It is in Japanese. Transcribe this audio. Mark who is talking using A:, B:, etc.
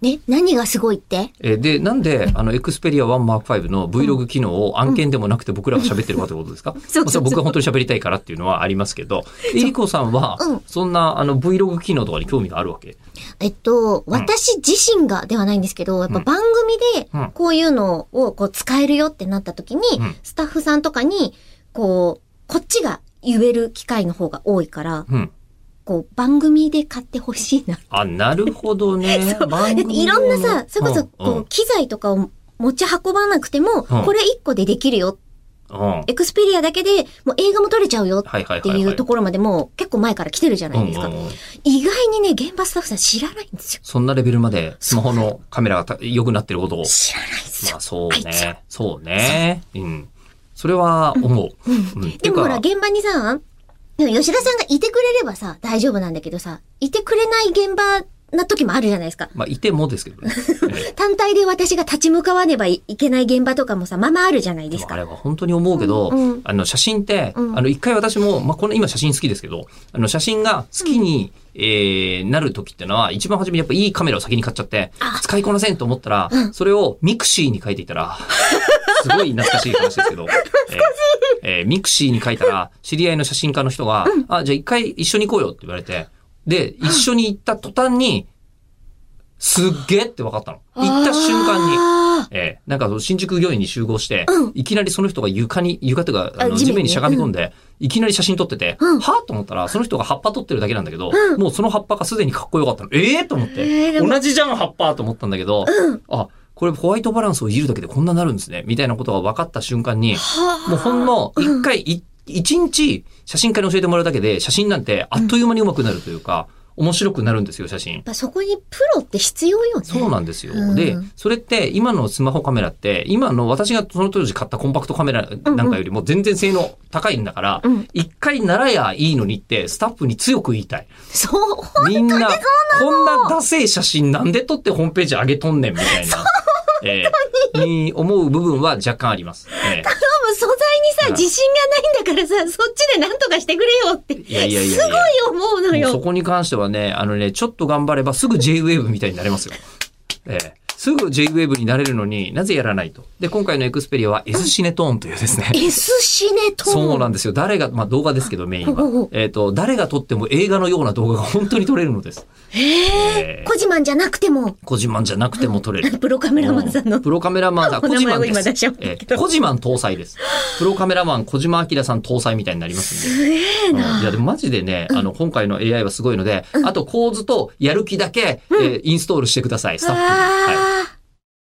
A: ね、何がすごいって
B: えーで、なんで、あの、エクスペリア 1M5 の Vlog 機能を案件でもなくて僕らが喋ってるわってことですか、
A: そうそうそう
B: まあれは僕が本当に喋りたいからっていうのはありますけど、えりこさんは
A: うん、
B: そんな、あの、Vlog 機能とかに興味があるわけ
A: えっと、私自身がではないんですけど、やっぱ
B: うん
A: 番組
B: う
A: で
B: ん
A: こういうのをこう使えるよってなった時に、
B: うん
A: スタッフさんとかに、こう、こっちが言える機会の方が多いから、
B: うん。
A: こう、番組で買ってほしいな。
B: あ、なるほ どね。番
A: だっていろんなさ、それこそ、こう、
B: う
A: 機材とかを持ち運ばなくても、これ一個でできるよ。
B: ん。うん。うん
A: エクスペリアだけで、もう映画も撮れちゃうよっ
B: はいはい
A: て
B: はいはい。
A: いうところまでもう結構前から来てるじゃないですか
B: うん。うんうん
A: 意外にね、現場スタッフさん知らないんですよ。
B: そんなレベルまでスマホのカメラがた良くなってることを。
A: 知らないんです
B: ま
A: よ
B: あ。そう
A: あいつら
B: ね。そうね。うん。それは思う。うん
A: で
B: て
A: もほら、
B: か、
A: 現場にさ、でも吉田さんがいてくれればさ、大丈夫なんだけどさ、いてくれない現場な時もあるじゃないですか。
B: まあ、いてもですけどね。ええ
A: 単体で私が立ち向かわねばいけない現場とかもさ、まあまああるじゃないです
B: あ
A: か。
B: れは本当に思うけど、
A: うんうん
B: あの写真って、
A: うん
B: あの一回私も、まあ、この今写真好きですけど、あの写真が好きに、えーなる時ってのは、一番初めにやっぱいいカメラを先に買っちゃって
A: あ、
B: 使いこなせんと思ったら、それをミクシーに書いていた ら、すごい懐かしい話ですけど、えーえーミクシーに書いたら、知り合いの写真家の人が、あ、じゃあ一回一緒に行こうよって言われて、で、一緒に行った途端に、すっげえって分かったの。行った瞬間に。
A: に。
B: ええなんかその新宿御苑に集合して、
A: うん
B: いきなりその人が床に、床というか、あの
A: あ地面に
B: 地面にしゃがみ込んで、いきなり写真撮ってて、
A: うん
B: はぁと思ったら、その人が葉っぱ撮ってるだけなんだけど、
A: うん
B: もうその葉っぱがすでにかっこよかったの。ええと思って、
A: ええでも
B: 同じじゃん、葉っぱと思ったんだけど、あ、これホワイトバランスをいじるだけでこんななるんですね、みたいなことが分かった瞬間に、
A: はあ
B: もうほんの一回、い一日、写真家に教えてもらうだけで、写真なんてあっという間に上手くなるというか、面白くなるんですよ、写真
A: やっ。ぱそこにプロって必要よね。
B: そうなんですよ。
A: うん
B: で、それって今のスマホカメラって、今の私がその当時買ったコンパクトカメラなんかよりも全然性能高いんだから
A: うん、
B: 一、回ならやいいのにってスタッフに強く言いたい。
A: そう。
B: みんな、こんなダセえ写真なんで撮ってホームページ上げとんねんみたいな。ええに思う部分は若干あります。ええ
A: 多分素材にさ、
B: うん
A: 自信がないんだからさ、そっちで何とかしてくれよって。
B: いやいやいやいや
A: すごい思うの
B: もうそ
A: よ。
B: こに関してはね、あのね、ちょっと頑張ればすぐ JWAVE みたいになれますよ。ええすぐ JWAVE になれるのになぜやらないと。で、今回のエクスペリアは S シネトーンというですね。
A: S シネトーン。
B: そうなんんですよ。誰が、まあ動画ですけどメイン
A: ほうほうほ
B: は
A: う。
B: えっ、と、誰が撮っても映画のような動画が本当に撮れるのです。えー
A: コジマンじゃなくても、
B: コジマンじゃなくても撮れる。
A: プロカメラマンさんの
B: うプロカメラマンさん、
A: お
B: コ
A: 名
B: ジ
A: 前を
B: マンで
A: 今出しち
B: す。
A: ゃったけど
B: えーコジマン搭載です。プロカメラマン、小島明さん搭載みたいになりますんで。
A: すげえ
B: うんい
A: な。
B: やでもマジでね、あの、今回の AI はすごいので、あと構図とやる気だけ、えーインストールしてください、スタッフに。
A: あー
B: は